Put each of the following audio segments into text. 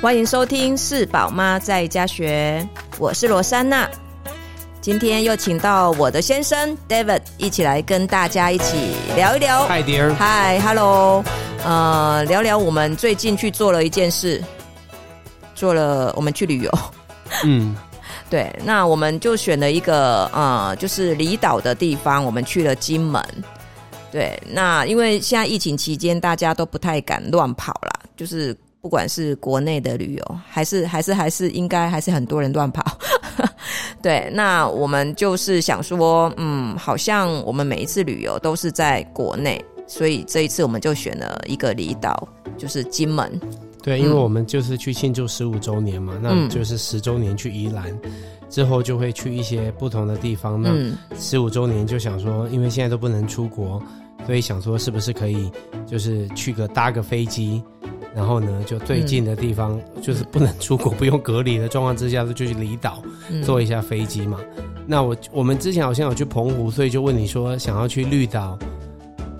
欢迎收听是宝妈在家学，我是罗珊娜。今天又请到我的先生 David 一起来跟大家一起聊一聊。嗨，dear，嗨，Hello，呃，聊聊我们最近去做了一件事，做了我们去旅游。嗯，对，那我们就选了一个呃，就是离岛的地方，我们去了金门。对，那因为现在疫情期间，大家都不太敢乱跑啦，就是不管是国内的旅游，还是还是还是应该还是很多人乱跑。 对，那我们就是想说，嗯，好像我们每一次旅游都是在国内，所以这一次我们就选了一个离岛，就是金门。对，因为嗯我们就是去庆祝十五周年嘛，那就是十周年去宜兰，之后就会去一些不同的地方。那嗯，十五周年就想说，因为现在都不能出国，所以想说是不是可以就是去个搭个飞机，然后呢就嗯最近的地方，就是不能出国、不用隔离的状况之下，就去离岛嗯坐一下飞机嘛。那我我们之前好像有去澎湖，所以就问你说想要去绿岛、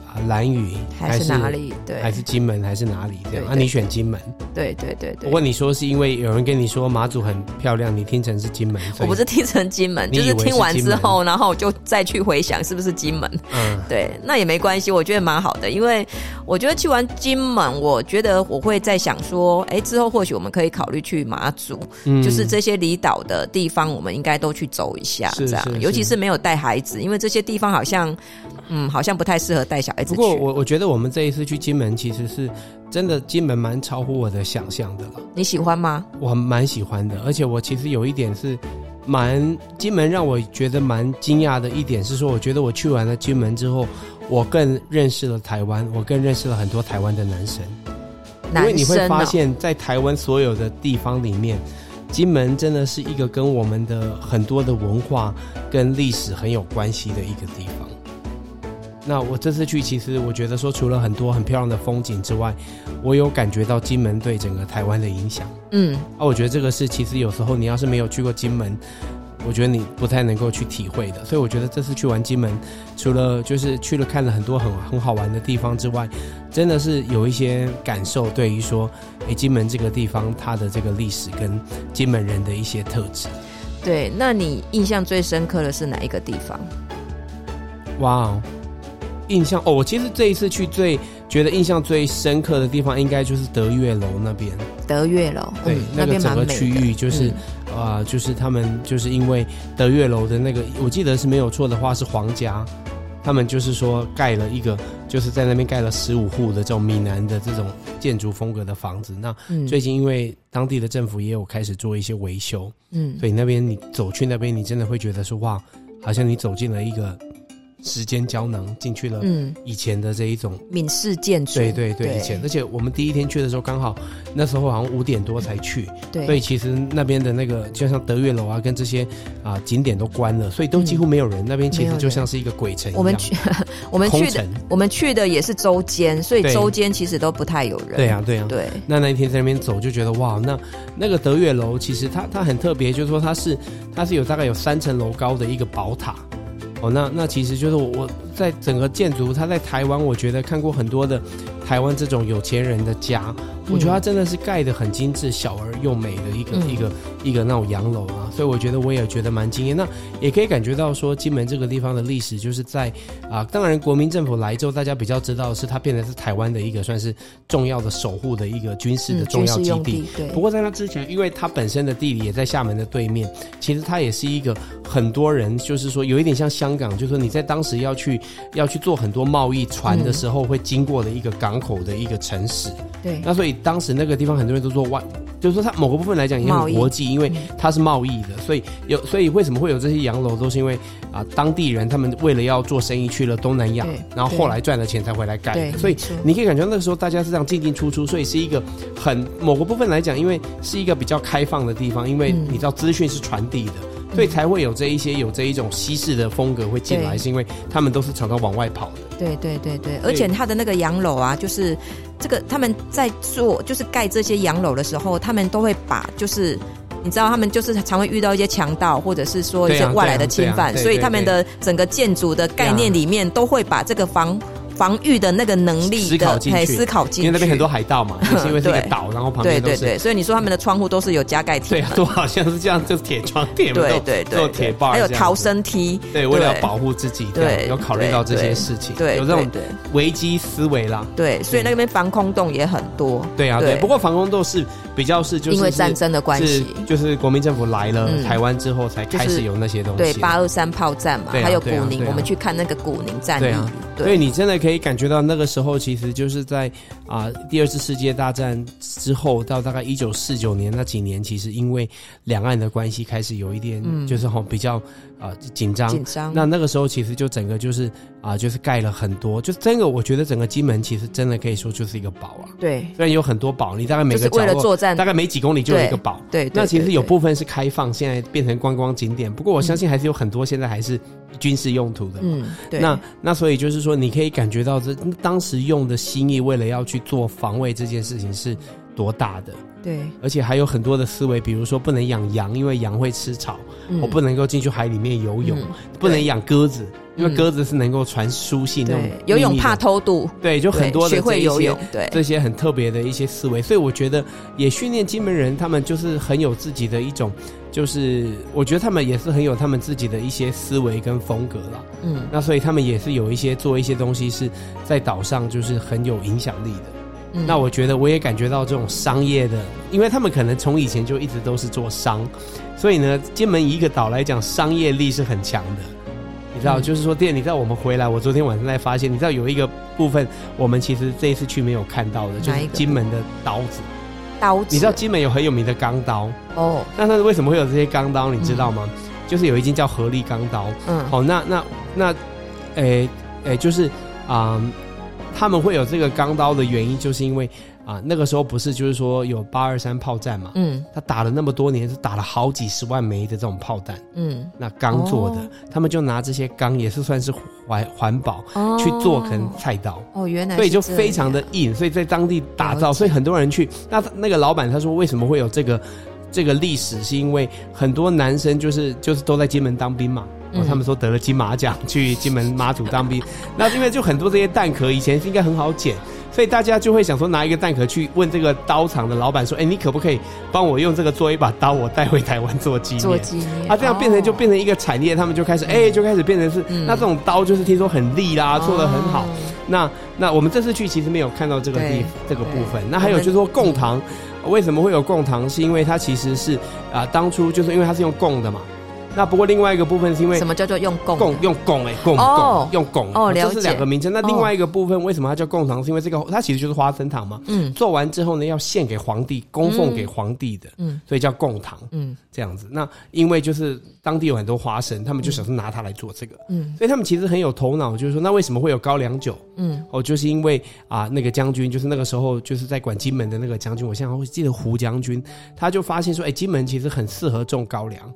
啊蓝屿还是哪？里？对，还是金门还是哪里这对样？啊，对你选金门。对对对对我。问你说是因为有人跟你说马祖很漂亮，你听成是金门，我所以不是听成金门，你就是以为听是完金之门后，然后就再去回想是不是金门。嗯对，那也没关系，我觉得蛮好的，因为我觉得去完金门，我觉得我会在想说，哎，之后或许我们可以考虑去马祖，嗯就是这些离岛的地方，我们应该都去走一下，是这样是，尤其是是没有带孩子，因为这些地方好像，嗯，好像不太适合带小孩子嗯不去。过我我觉得我们这一次去金门，其实是真的金门蛮超乎我的想象的了，你喜欢吗？我蛮喜欢的。而且我其实有一点是蛮金门让我觉得蛮惊讶的一点是说，我觉得我去完了金门之后，我更认识了台湾，我更认识了很多台湾的男生。因男为你会生发哦，现在台湾所有的地方里面，金门真的是一个跟我们的很多的文化跟历史很有关系的一个地方。那我这次去，其实我觉得说，除了很多很漂亮的风景之外，我有感觉到金门对整个台湾的影响。嗯，啊，我觉得这个是其实有时候你要是没有去过金门，我觉得你不太能够去体会的。所以我觉得这次去玩金门，除了就是去了看了很多很很好玩的地方之外，真的是有一些感受，对于说，诶，金门这个地方它的这个历史跟金门人的一些特质。对。那你印象最深刻的是哪一个地方？哇哦，印象哦，我其实这一次去最觉得印象最深刻的地方，应该就是德月楼那边。德月楼，对，嗯、那个边整蛮美个的。区域就是嗯啊、就是他们就是因为德月楼的那个，我记得是没有错的话是皇家，他们就是说盖了一个，就是在那边盖了十五户的这种闽南的这种建筑风格的房子。那嗯最近因为当地的政府也有开始做一些维修，嗯所以那边你走去那边，你真的会觉得说哇，好像你走进了一个时间胶囊，进去了嗯，以前的这一种闽式建筑，对对对，以前，而且我们第一天去的时候，刚好那时候好像五点多才去，对所以其实那边的那个就像德月楼啊，跟这些啊、景点都关了，所以都几乎没有人。那边嗯其没有实人就像是一个鬼城一样，我们去我们空去的城。我们去的也是周间，所以对周间其实都不太有人。对啊，对啊。对，那那一天在那边走就觉得哇，那那个德月楼其实它它很特别，就是说它是它是有大概有三层楼高的一个宝塔。哦，那那其实就是我我在整个建筑，它在台湾，我觉得看过很多的台湾这种有钱人的家，我觉得它真的是盖的很精致、小而又美的一个、嗯一个一个那种洋楼啊，所以我觉得我也觉得蛮惊艳。那也可以感觉到说，金门这个地方的历史就是在啊、当然国民政府来之后，大家比较知道的是它变成是台湾的一个算是重要的守护的一个军事的嗯，重军要事基用地。地，对，不过在那之前，因为它本身的地理也在厦门的对面，其实它也是一个很多人就是说有一点像香港，就是说你在当时要去要去做很多贸易船嗯的时候会经过的一个港口的一个城市。对，那所以当时那个地方很多人都说外，就是说它某个部分来讲也贸易嗯很国际，因为它是贸易的，所以有所以为什么会有这些洋楼，都是因为啊、当地人他们为了要做生意去了东南亚对，然后后来赚了钱才回来盖对的，所以没错你可以感觉到那个时候大家是这样进进出出，所以是一个很某个部分来讲，因为是一个比较开放的地方，因为你知道资讯是传递的。嗯所以才会有这一些有这一种西式的风格会进来，对是因为他们都是常常往外跑的。对对对对，所而以且它的那个洋楼啊，就是这个他们在做，就是盖这些洋楼的时候，他们都会把就是。你知道他们就是常会遇到一些强盗，或者是说一对啊些外来的对啊侵犯，对啊对所以对他们对的整个建筑的概念里面都会把这个防防御的那个能力思考的，进嘿去，思考因为进那边很去多。海盗嘛，就是因为是一个岛，然后旁对边都对是对，所以你说他们的窗户都是有加盖铁对啊，门，都好像是这样，就是铁窗、铁门对都对都有对，铁对棒，还有逃。生梯，对，为了要保护自己，对，对有考虑到这些事情，对有这种对对危机思维啦。对，所以那边防空洞也很多，对啊，对。对不过防空洞是比较是就是因为战争的关是系，就是国民政府来了嗯台湾之后才开始有那些东对西。啊八二三炮战嘛，对啊还有古对啊宁，对啊我们去看那个古宁战对役啊，所以对你真的可以感觉到那个时候，其实就是在啊、第二次世界大战之后，到大概一九四九年那几年，其实因为两岸的关系开始有一点，嗯就是吼、比较啊、紧张。紧张。那那个时候其实就整个就是啊、就是盖了很多，就真的我觉得整个金门其实真的可以说就是一个堡啊。对，虽然有很多堡，你大概每就个是角为了落作战大，概每几公里就有一个堡。对，对那其实有对部分是开放，现在变成观光景点。不过我相信还是有很多现在还是军事用途的。嗯，对，那那所以就是说，你可以感觉到这当时用的心意，为了要去做防卫这件事情是多大的，对，而且还有很多的思维，比如说不能养羊，因为羊会吃草；嗯我不能够进去海里面游泳，嗯不能养鸽子，因为嗯鸽子是能够传书信那种对，游泳秘密的怕偷渡，对，就对很多的学这会一游些泳，对，这些很特别的一些思维，所以我觉得也训练金门人，他们就是很有自己的一种，就是我觉得他们也是很有他们自己的一些思维跟风格啦。嗯，那所以他们也是有一些做一些东西是在岛上就是很有影响力的。嗯那我觉得我也感觉到这种商业的，因为他们可能从以前就一直都是做商，所以呢，金门以一个岛来讲，商业力是很强的。你知道，嗯就是说，店，你知道我们回来，我昨天晚上才发现，你知道有一个部分，我们其实这一次去没有看到的，就哪是一个金门的刀子。刀子，你知道金门有很有名的钢刀，哦，那它为什么会有这些钢刀？你知道吗？就是有一间叫合力钢刀，嗯，好，那那那，诶、诶、就是啊、他们会有这个钢刀的原因，就是因为啊、那个时候不是就是说有八二三炮战嘛，嗯他打了那么多年，是打了好几十万枚的这种炮弹，嗯，那钢做的，哦他们就拿这些钢也是算是环环保、哦，去做可能菜刀。哦，原来所以是就这非常的样硬，所以在当地打了造，解所以很多人去。那那个老板他说，为什么会有这个这个历史？是因为很多男生就是就是都在金门当兵嘛。哦嗯，他们说得了金马奖，去金门马祖当兵。 那因为就很多这些蛋壳，以前是应该很好捡，所以大家就会想说拿一个蛋壳去问这个刀厂的老板说：“哎、你可不可以帮我用这个做一把刀，我带回台湾做纪念？”嗯做纪念哦啊，这样变成就变成一个产业，他们就开始哎、就开始变成是、嗯那这种刀就是听说很利啦，做的很好。，哦那那我们这次去其实没有看到这个地对这个部分对。嗯那还有就是说贡糖，为什么会有贡糖？是因为它其实是啊、当初就是因为它是用贡的嘛。那不过另外一个部分是因为什么叫做用供？贡用贡哎贡哦贡用贡，哦这了是解两个名称。那哦另外一个部分为什么它叫贡糖？是因为这个它其实就是花生糖嘛。嗯做完之后呢，要献给皇帝，供奉给皇帝的，嗯所以叫贡糖嗯这样子。那因为就是当地有很多花生，他们就想说拿它来做这个，嗯所以他们其实很有头脑，就是说那为什么会有高粱酒？嗯，哦，就是因为啊，那个将军，就是那个时候就是在管金门的那个将军，我现在会记得胡将军，他就发现说，哎，金门其实很适合种高粱，嗯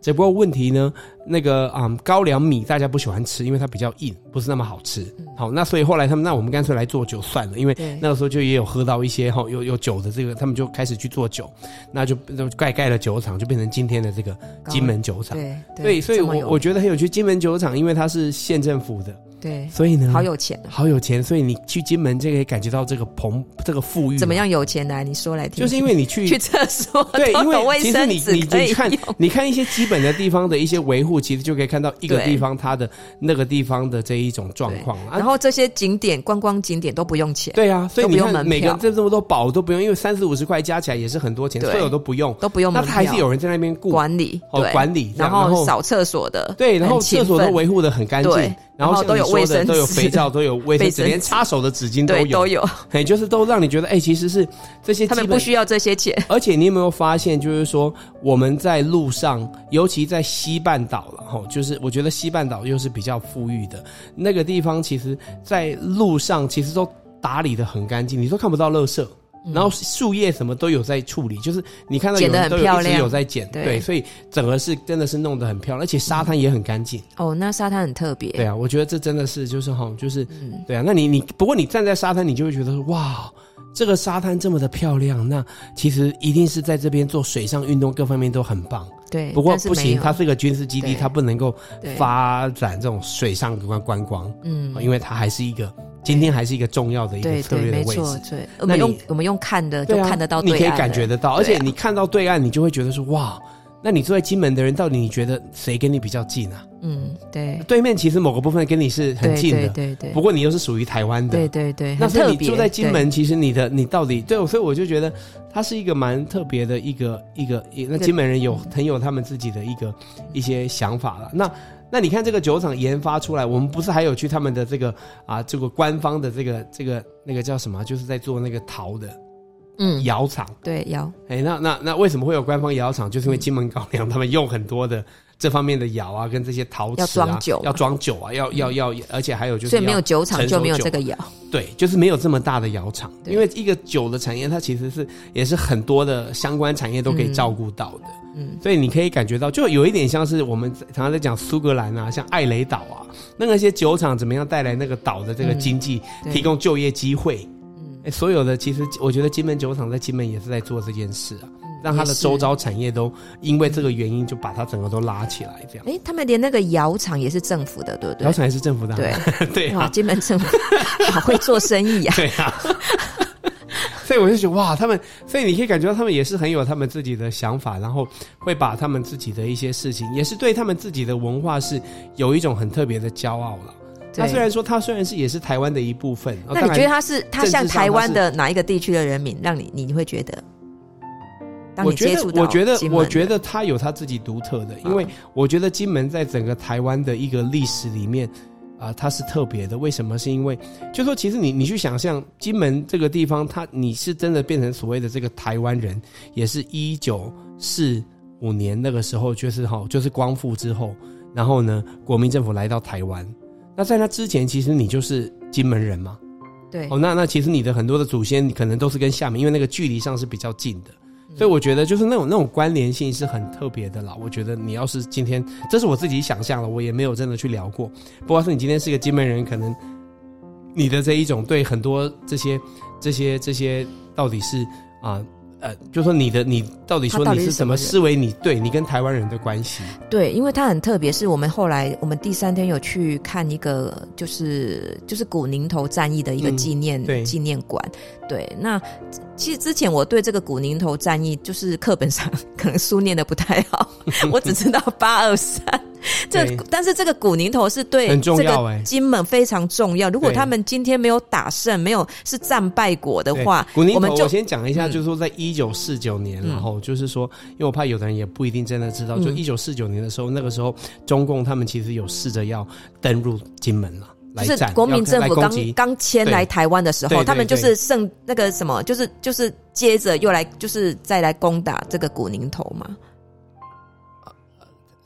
只不过问题呢，那个啊、嗯高粱米大家不喜欢吃，因为它比较硬，不是那么好吃。嗯好，那所以后来他们，那我们干脆来做酒算了，因为对那个时候就也有喝到一些哈、哦有有酒的这个，他们就开始去做酒，那就就盖盖了酒厂，就变成今天的这个高金门酒厂。对对，所以这么我有我觉得很有趣。金门酒厂，因为它是县政府的，对所以呢，好有钱，好有钱，所以你去金门就可以感觉到这个蓬这个富裕。啊怎么？样有钱来？你说来听，嗯就是因为你去去厕所对，都因有为卫其实生你纸你可以你看用你看一些基本的地方的一些维护，其实就可以看到一个对地方它的那个地方的这一种状况然啊。后这些景点观光景点都不用钱，对啊，所以都你不用看门每个票这这么多宝都不用，因为三四五十块加起来也是很多钱，对所有都不用，都不用那门它票，还是有人在那边顾管理，哦对管理这然样然后后扫厕所的，对，然后很勤厕所都奋维护的很干净对，然后后像都你有说卫的生都有纸肥皂，都有卫 生卫纸，生连纸擦手的纸巾都对有，都有，嘿，就是都让你觉得，哎、其实是这些他们基本不需要这些钱，而且你有没有发现，就是说我们在路上，尤其在西半岛了，吼，就是我觉得西半岛又是比较富裕的那个地方，其实在路上其实都打理的很干净，你都看不到垃圾。然后树叶什么都有在处理，就是你看到嗯有剪得人很都漂有一直亮有在剪，对对，所以整个是真的是弄得很漂亮，而且沙滩也很干净。哦，那沙滩很特别，对啊，我觉得这真的是就是哈，就是、嗯对啊。那你你不过你站在沙滩，你就会觉得说哇，这个沙滩这么的漂亮，那其实一定是在这边做水上运动各方面都很棒。对，不过但是不没行，有它是一个军事基地，对它不能够对发展这种水上观观光，嗯因为它还是一个今天还是一个重要的一个对策对，略的没位错置。，对，我们你用我们用看的就对啊看得到你对可以岸了感觉得到，而对且啊你看到对岸，你就会觉得说哇，那你住在金门的人，到底你觉得谁跟你比较近啊？嗯，对，对面其实某个部分跟你是很对近对的，对对不，过你又是属于台湾的，对对对，那很所以特你别住在金对门，其实你的你到底对，所以我就觉得它是一个蛮特别的一个一个一那对金门人有很有他们自己的一个一些想法了。那那你看这个酒厂研发出来，我们不是还有去他们的这个啊这个官方的这个这个那个叫什么，啊就是在做那个陶的嗯，窑厂。对窑，哎，那那那为什么会有官方窑厂？就是因为金门高粱他们用很多的这方面的窑啊，跟这些陶瓷啊，要装酒嘛要装酒啊，要要要，而且还有就是所以没要有酒厂成就熟没有酒这个窑，对，就是没有这么大的窑厂，对因为一个酒的产业，它其实是也是很多的相关产业都可以照顾到的，嗯，所以你可以感觉到，就有一点像是我们常常在讲苏格兰啊，像艾雷岛啊，那那些酒厂怎么样带来那个岛的这个经济，嗯对提供就业机会，嗯，所有的其实我觉得金门酒厂在金门也是在做这件事啊，让它嗯的也是周遭产业都因为这个原因就把它整个都拉起来，这样。哎，他们连那个窑厂也是政府的，对不窑对？厂还是政府的啊、对， 对啊哇，，金门政府 好会做生意呀，对啊。所以我就觉得哇，他们，所以你可以感觉到他们也是很有他们自己的想法，然后会把他们自己的一些事情，也是对他们自己的文化是有一种很特别的骄傲了。 他虽对。然说他虽然是也是台湾的一部分，哦那你当然觉得他是他政像治上台他湾是的哪一个地区的人民，让你你会觉得？当我你觉接得触，到我觉得金，门嗯我觉得他有他自己独特的，因为我觉得金门在整个台湾的一个历史里面，啊、它是特别的。为什么？是因为就说其实你你去想象金门这个地方，它你是真的变成所谓的这个台湾人，也是一九四五年那个时候，就是哈，就是光复之后，然后呢，国民政府来到台湾。那在那之前，其实你就是金门人嘛，对哦，那那其实你的很多的祖先可能都是跟厦门，因为那个距离上是比较近的，嗯所以我觉得就是那种那种关联性是很特别的啦。我觉得你要是今天，这是我自己想象了，我也没有真的去聊过。不管是你今天是个金门人，可能你的这一种对很多这些这些这些到底是啊。呃，就说你的你到底说他到你底是是怎么什么人视为你对你跟台湾人的关系？对，因为它很特别，是我们后来我们第三天有去看一个，就是就是古宁头战役的一个嗯纪念、对纪念馆。对，那其实之前我对这个古宁头战役，就是课本上可能书念的不太 好，我只知道八二三。这对但是这个古宁头是对很重这要个哎金门非常重要。如果对他们今天没有打胜，没有是战败国的对，话，古宁我们头，就我先讲一下，嗯就是说在一九四九年，嗯然后就是说，因为我怕有的人也不一定真的知道，就嗯一九四九年的时候，那个时候中共他们其实有试着要登入金门了，来就是战，国民政要府来刚攻击。刚迁来台湾的时对对候，对他们就是剩那个什么，就是就是接着又来，就是再来攻打这个古宁头嘛，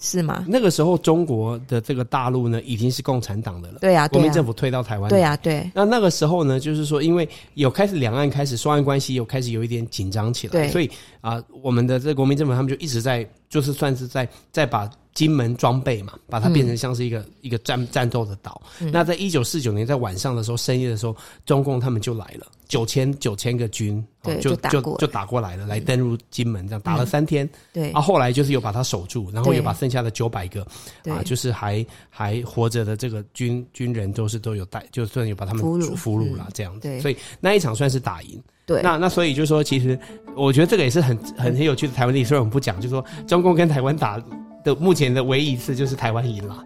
是吗？那个时候中国的这个大陆呢，已经是共产党的了，对啊，国对民啊，政府退到台湾，对。啊，对那那个时候呢，就是说，因为有开始两岸开始双岸关系有开始有一点紧张起来，对所以啊、我们的这国民政府他们就一直在，就是算是在在把金门装备嘛，把它变成像是嗯一个、一个战战斗的岛。那在一九四九年在晚上的时候，深夜的时候，中共他们就来了，九千九千个军，哦对就就打过就来嗯就打过来了，来登入金门，这样打了三天。对啊，后来就是有把它守住，然后对有把剩下的九百个对啊，就是还还活着的这个军军人都是都有带，就算有把他们俘虏嗯俘虏了、这样子，对所以那一场算是打赢。对，那那所以就是说，其实我觉得这个也是很很很有趣的台湾历史，虽然我们不讲，就是说中共跟台湾打。的目前的唯一一次就是台湾赢了，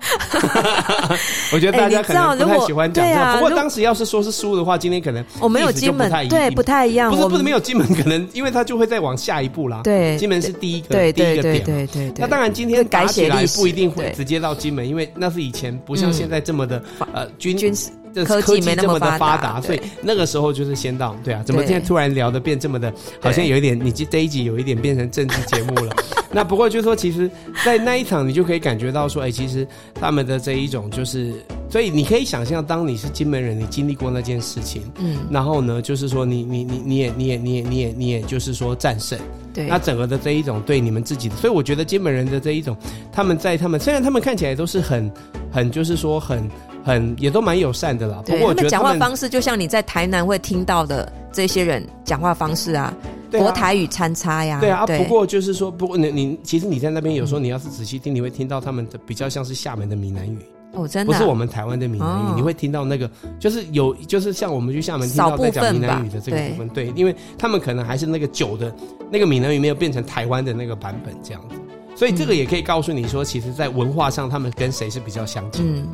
我觉得大哎家你可知道能不太如果喜欢讲对这啊样。不过如当时要是说是输的话，今天可能我们有历史就金门不太一，对，定不太一样，不是我不是们没有金门，可能因为它就会再往下一步啦。对金门是第一个对第一对个对点啊嘛。对对对，那当然，今天改打起写来历史不一定会对直接到金门，因为那是以前不像嗯现在这么的、呃军军事的科技技没那这么么的发达，达所以对那个时候就是先到对啊，怎么对现在突然聊的变这么的，好像对有一点你这这一集有一点变成政治节目了。那不过就是说，其实，在那一场你就可以感觉到说，哎、其实他们的这一种就是，所以你可以想象，当你是金门人，你经历过那件事情，嗯，然后呢，就是说你你你你也你也你也你也你也就是说战胜。对那，整个的这一种对你们自己的，所以我觉得金门人的这一种，他们在他们虽然他们看起来都是很很就是说很很也都蛮友善的啦，不对过我他觉们得讲他话们方式就像你在台南会听到的这些人讲话方式啊，对啊国台语参差呀。对啊，啊不过就是说，不过你你其实你在那边嗯有时候你要是仔细听，你会听到他们的比较像是厦门的闽南语，哦，真不的啊是我们台湾的闽南语，哦你会听到那个就是有就是像我们去厦门听到在讲闽南语的这个部分，对，因为他们可能还是那个酒的那个闽南语没有变成台湾的那个版本这样子。所以这个也可以告诉你说，其实，在文化上他们跟谁是比较相近、嗯，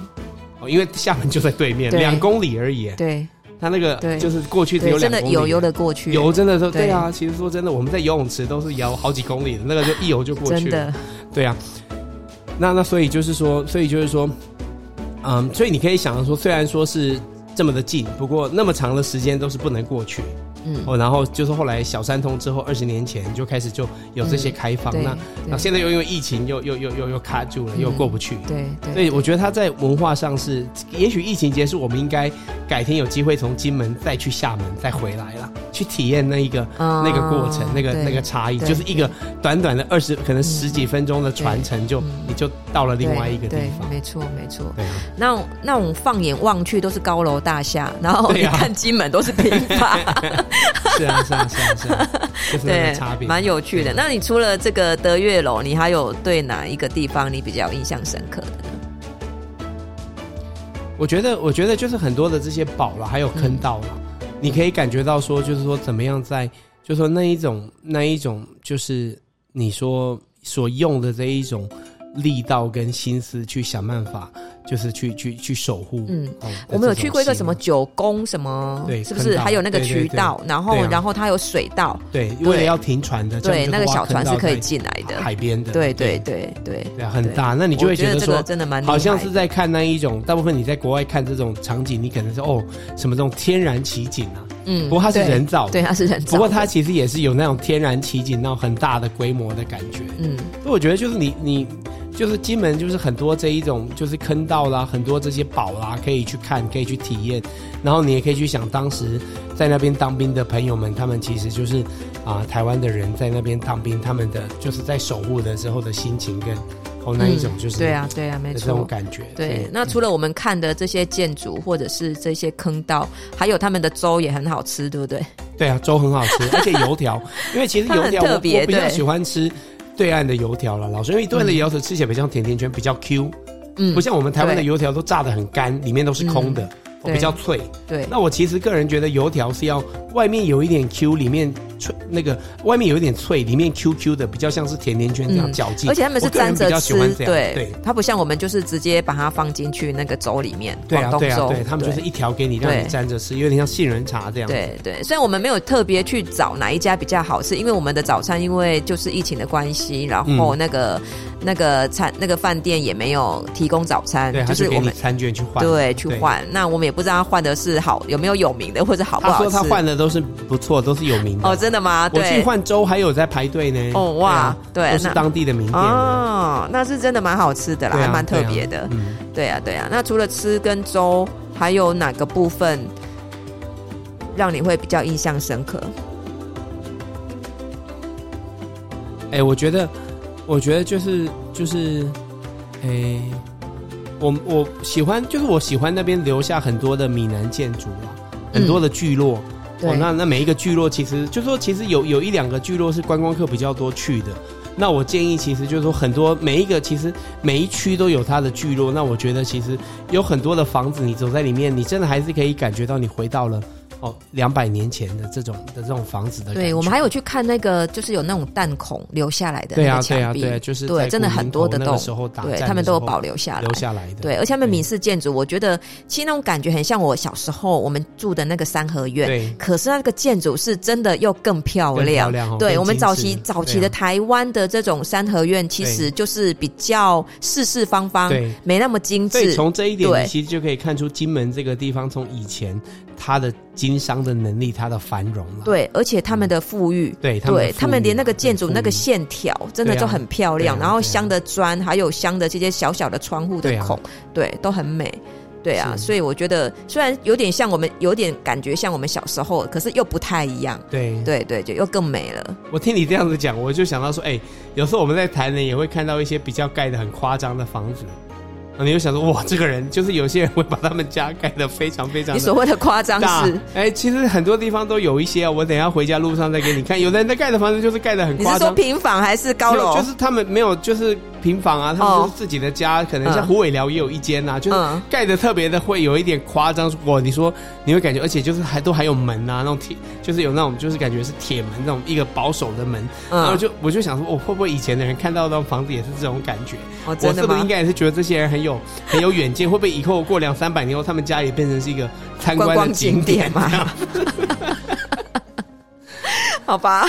哦，因为厦门就在对面，对两公里而已。对它那个对就是过去只有对，两真公的里，有游得过去，游真的都对对啊。其实说真的，我们在游泳池都是游好几公里的，那个就一游就过真去了。的对啊，那那所以就是说，所以就是说，嗯，所以你可以想到说，虽然说是这么的近，不过那么长的时间都是不能过去。嗯哦，然后就是后来小三通之后，二十年前就开始就有这些开放。嗯对那那现在又因为疫情又又又又又卡住了，又嗯过不去。对对所以我觉得他在文化上是，也许疫情结束，我们应该改天有机会从金门再去厦门，再回来啦，去体验那一个、啊那个过程，那个对那个差异，对嗯就是一个短短的二十，可能十几分钟的传承，就你就到了另外一个地对方对。没错没错。对啊，那种那种放眼望去都是高楼大厦，然后对你啊看金门都是平 房，是啊，是啊，是啊，是啊，就是那个 对差，别，蛮有趣的。对那你除了这个德月楼，你还有对哪一个地方你比较印象深刻的？我觉得，我觉得就是很多的这些宝了，还有嗯坑道了，你可以感觉到说，就是说怎么样在，就是说那一种那一种，就是你说所用的这一种力道跟心思去想办法，就是去去去守护。嗯哦，我们有去过一个什么这种九宫什么，对是不是？坑道还有那个对对渠对道，然后、对啊然后它有水道，心对，为了要停船的，对，那个小船是可以进进来的，海边的，对对对对，对啊，很大，那你就我会觉得这说个。真的蛮厉害好的像是在看那一种，大部分你在国外看这种场景，你可能是哦什么这种天然奇景啊，嗯不过它是对人造 的对，它是人造的，不过它其实也是有那种天然奇景，那种很大的规模的感觉。嗯所以我觉得就是你你就是金门就是很多这一种就是坑道啦，很多这些宝啦，可以去看，可以去体验。然后你也可以去想，当时在那边当兵的朋友们，他们其实就是啊、台湾的人在那边当兵，他们的就是在守护的时候的心情跟哦那一种就嗯是、对啊对啊，没的这错种。感觉。嗯对，那除了我们看的这些建筑或者是这些坑道，还有他们的粥也很好吃，对不对？对啊，粥很好吃，而且油条，因为其实油 它很条我特我别比较对喜欢吃对岸的油条了，老师，因为对岸的油条吃起来比较甜甜圈，比较 Q，嗯不，像我们台湾的对嗯油条都炸得很干，里面都是空的，哦对比较脆。对，那我其实个人觉得油条是要外面有一点 Q，里面脆那个外面有一点脆，里面 QQ 的，比较像是甜甜圈这样嗯嚼劲。而且他们是我个沾人比着较喜吃欢，这样，对，对它不像我们就是直接把它放进去那个粥里面，对广啊东对啊粥，对，他们就是一条给你让对你沾着吃，有点像杏仁茶这样。对对，虽然我们没有特别去找哪一家比较好吃，因为我们的早餐因为就是疫情的关系，然嗯后那个、那个餐那个饭店也没有提供早餐对，，他就就是给我你们餐券去换。对去对换。那我们也不知道他换的是好有没有有名的或者好不他好说吃。他换的都是不错，都是有名的。哦，真的吗？我去对。换粥还有在排队呢。哦哇对啊对都是那当地的名店啊。哦，那是真的蛮好吃的啦，对啊还蛮特别的。嗯，对啊，对啊。那除了吃跟粥，还有哪个部分让你会比较印象深刻？哎、我觉得，我觉得就是就是，哎、我我喜欢就是我喜欢那边留下很多的闽南建筑啊，很多的聚落。嗯哦，那那每一个聚落其实就说，其实有有一两个聚落是观光客比较多去的。那我建议，其实就是说，很多每一个其实每一区都有它的聚落。那我觉得，其实有很多的房子，你走在里面，你真的还是可以感觉到你回到了哦两百年前的这种的这种房子的感觉。对，我们还有去看那个，就是有那种弹孔留下来的对那啊个对啊墙壁，对啊，就是对在真的古很宁多头的那洞个时候打对战他们的都有时候保留下来留。下来的。对，而且他们闽式建筑，我觉得其实那种感觉很像我小时候我们住的那个三合院，对可是那个建筑是真的又更漂更漂亮。亮哦对更我们精早致期对早期的啊台湾的这种三合院，其对实就是比较四四方方啊对，没那么精所以致。从这一点，对你其实就可以看出金门这个地方从以前它的经商的能力，它的繁荣了。对，而且他们的富裕，对他们的对富他们裕连那个对建筑富那个裕线条真的对啊就很漂亮，对啊然后对啊镶的砖，还有镶的这些小小的窗户的对啊孔，对,、都很美。对啊，是所以我觉得虽然有点像我们，有点感觉像我们小时候，可是又不太一样。对对对，就又更美了。我听你这样子讲，我就想到说，哎、有时候我们在台南也会看到一些比较盖的很夸张的房子，啊你就想说哇，这个人就是有些人会把他们家盖的非常非常你的所谓的夸张大是，。哎、其实很多地方都有一些啊，我等一下回家路上再给你看。有的人在盖的房子就是盖的很你是夸说张，平房还是高没有楼？哦就是他们没有就是平房啊，他们就是自己的家，可能像嗯胡伟辽也有一间啊，就是嗯盖的特别的会有一点夸张。哇，你说你会感觉，而且就是还都还有门啊，那种铁，就是有那种就是感觉是铁门那种一个保守的门，然后嗯，就我就想说，我、会不会以前的人看到那种房子也是这种感觉？哦，我真是的不是应吗？该也是觉得这些人很有很有远见？会不会以后过两三百年后，他们家也变成是一个参观观光的景景点嘛这样 好吧，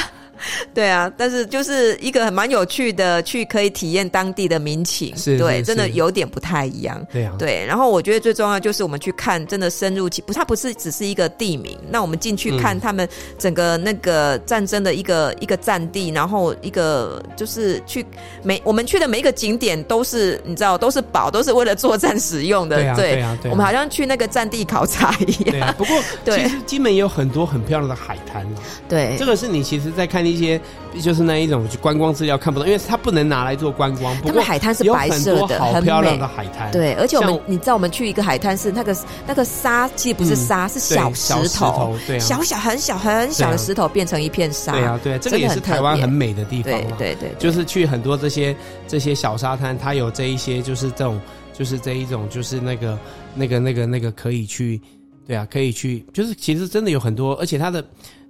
对啊，但是就是一个蛮有趣的，去可以体验当地的民情，是对，是真的是有点不太一样。对啊，对，然后我觉得最重要就是我们去看，真的深入其不，它不是只是一个地名，那我们进去嗯看他们整个那个战争的一个一个战地，然后一个就是去每我们去的每一个景点都是你知道都是宝，都是为了作战使用的，对啊，对啊，对啊。我们好像去那个战地考察一对样，啊，不过 对其实金门也有很多很漂亮的海滩啊对这个是你其实，在看一些就是那一种观光资料看不到，因为它不能拿来做观光。不他过们海滩是有白很色多的，好很漂亮美的。海滩，对，而且我们像你知道，我们去一个海滩是那个那个沙，其实不是嗯沙，是对，小小石头，头，对啊，小小很小很小的石头变成一片沙。对啊，对啊，这个也是真的很台湾特别很美的地方啊对嘛。对对，就是去很多这些这些小沙滩，它有这一些就是这种就是这一种就是那个那个那个那个可以去，对啊，可以去，就是其实真的有很多，而且它的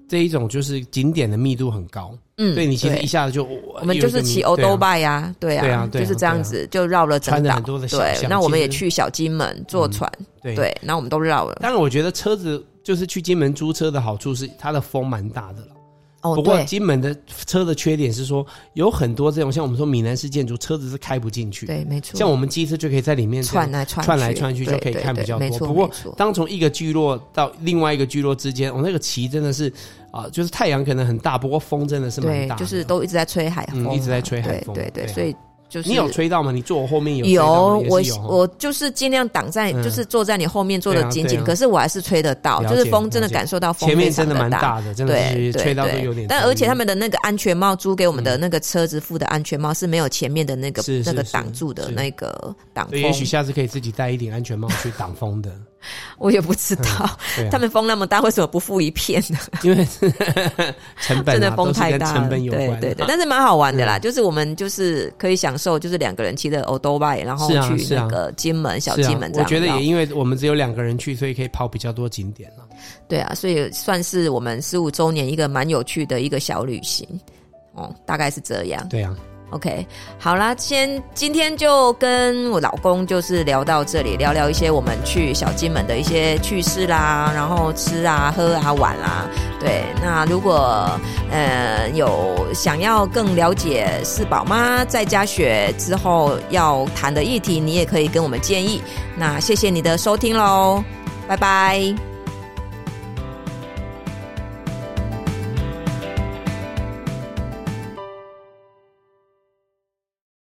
这一种就是景点的密度很高，嗯对你其实一对下子就我我们就是骑欧都，拜呀，对啊对啊啊，对啊就是这样子就绕了整穿着岛很。多的小对，小那我们也街去小金门坐船，对。对，然后我们都绕了。当然，我觉得车子就是去金门租车的好处是它的风蛮大的了。哦，不过对金门的车的缺点是说有很多这种像我们说闽南式建筑，车子是开不进去。对，没错，像我们机车就可以在里面这样串来串串来串去对就可以对看对比较没多错不过没错当从一个聚落到另外一个聚落之间，我、哦那个旗真的是啊、就是太阳可能很大，不过风真的是蛮对大，的，就是都一直在吹海风嗯嘛，一直在吹海风对对对对，啊所以就是你有吹到吗？你坐我后面有吹到吗有也我是有哦我就是尽量挡在，嗯就是坐在你后面坐的紧对紧，啊对啊可是我还是吹得到，了就解是风真的了解感受到风前面非常真的地蛮大。大的，真的对是对吹到都对有点头晕。嗯但而且他们的那个安全帽租给我们的那个车子附的安全帽是没有前面的那个是是那个是挡住的是那个挡对，风，也许下次可以自己戴一顶安全帽去挡风的。我也不知道 对啊，他们风那么大，为什么不付一片呢？因为 成本、啊、真的风都是太跟大了，成本有关、嗯对对对，但是蛮好玩的啦，就是我们就是可以享受，就是两个人骑着欧都拜，然后是啊去是啊那个金门、小是啊金门这我样绕。觉得也因为我们只有两个人去，所以可以跑比较多景点了。对啊，所以算是我们十五周年一个蛮有趣的一个小旅行。哦，大概是这样。对啊， OK，好啦，先今天就跟我老公就是聊到这里，聊聊一些我们去小金门的一些趣事啦，然后吃啊、喝啊、玩啊。对，那如果呃有想要更了解四宝妈在家学之后要谈的议题，你也可以跟我们建议。那谢谢你的收听喽，拜拜。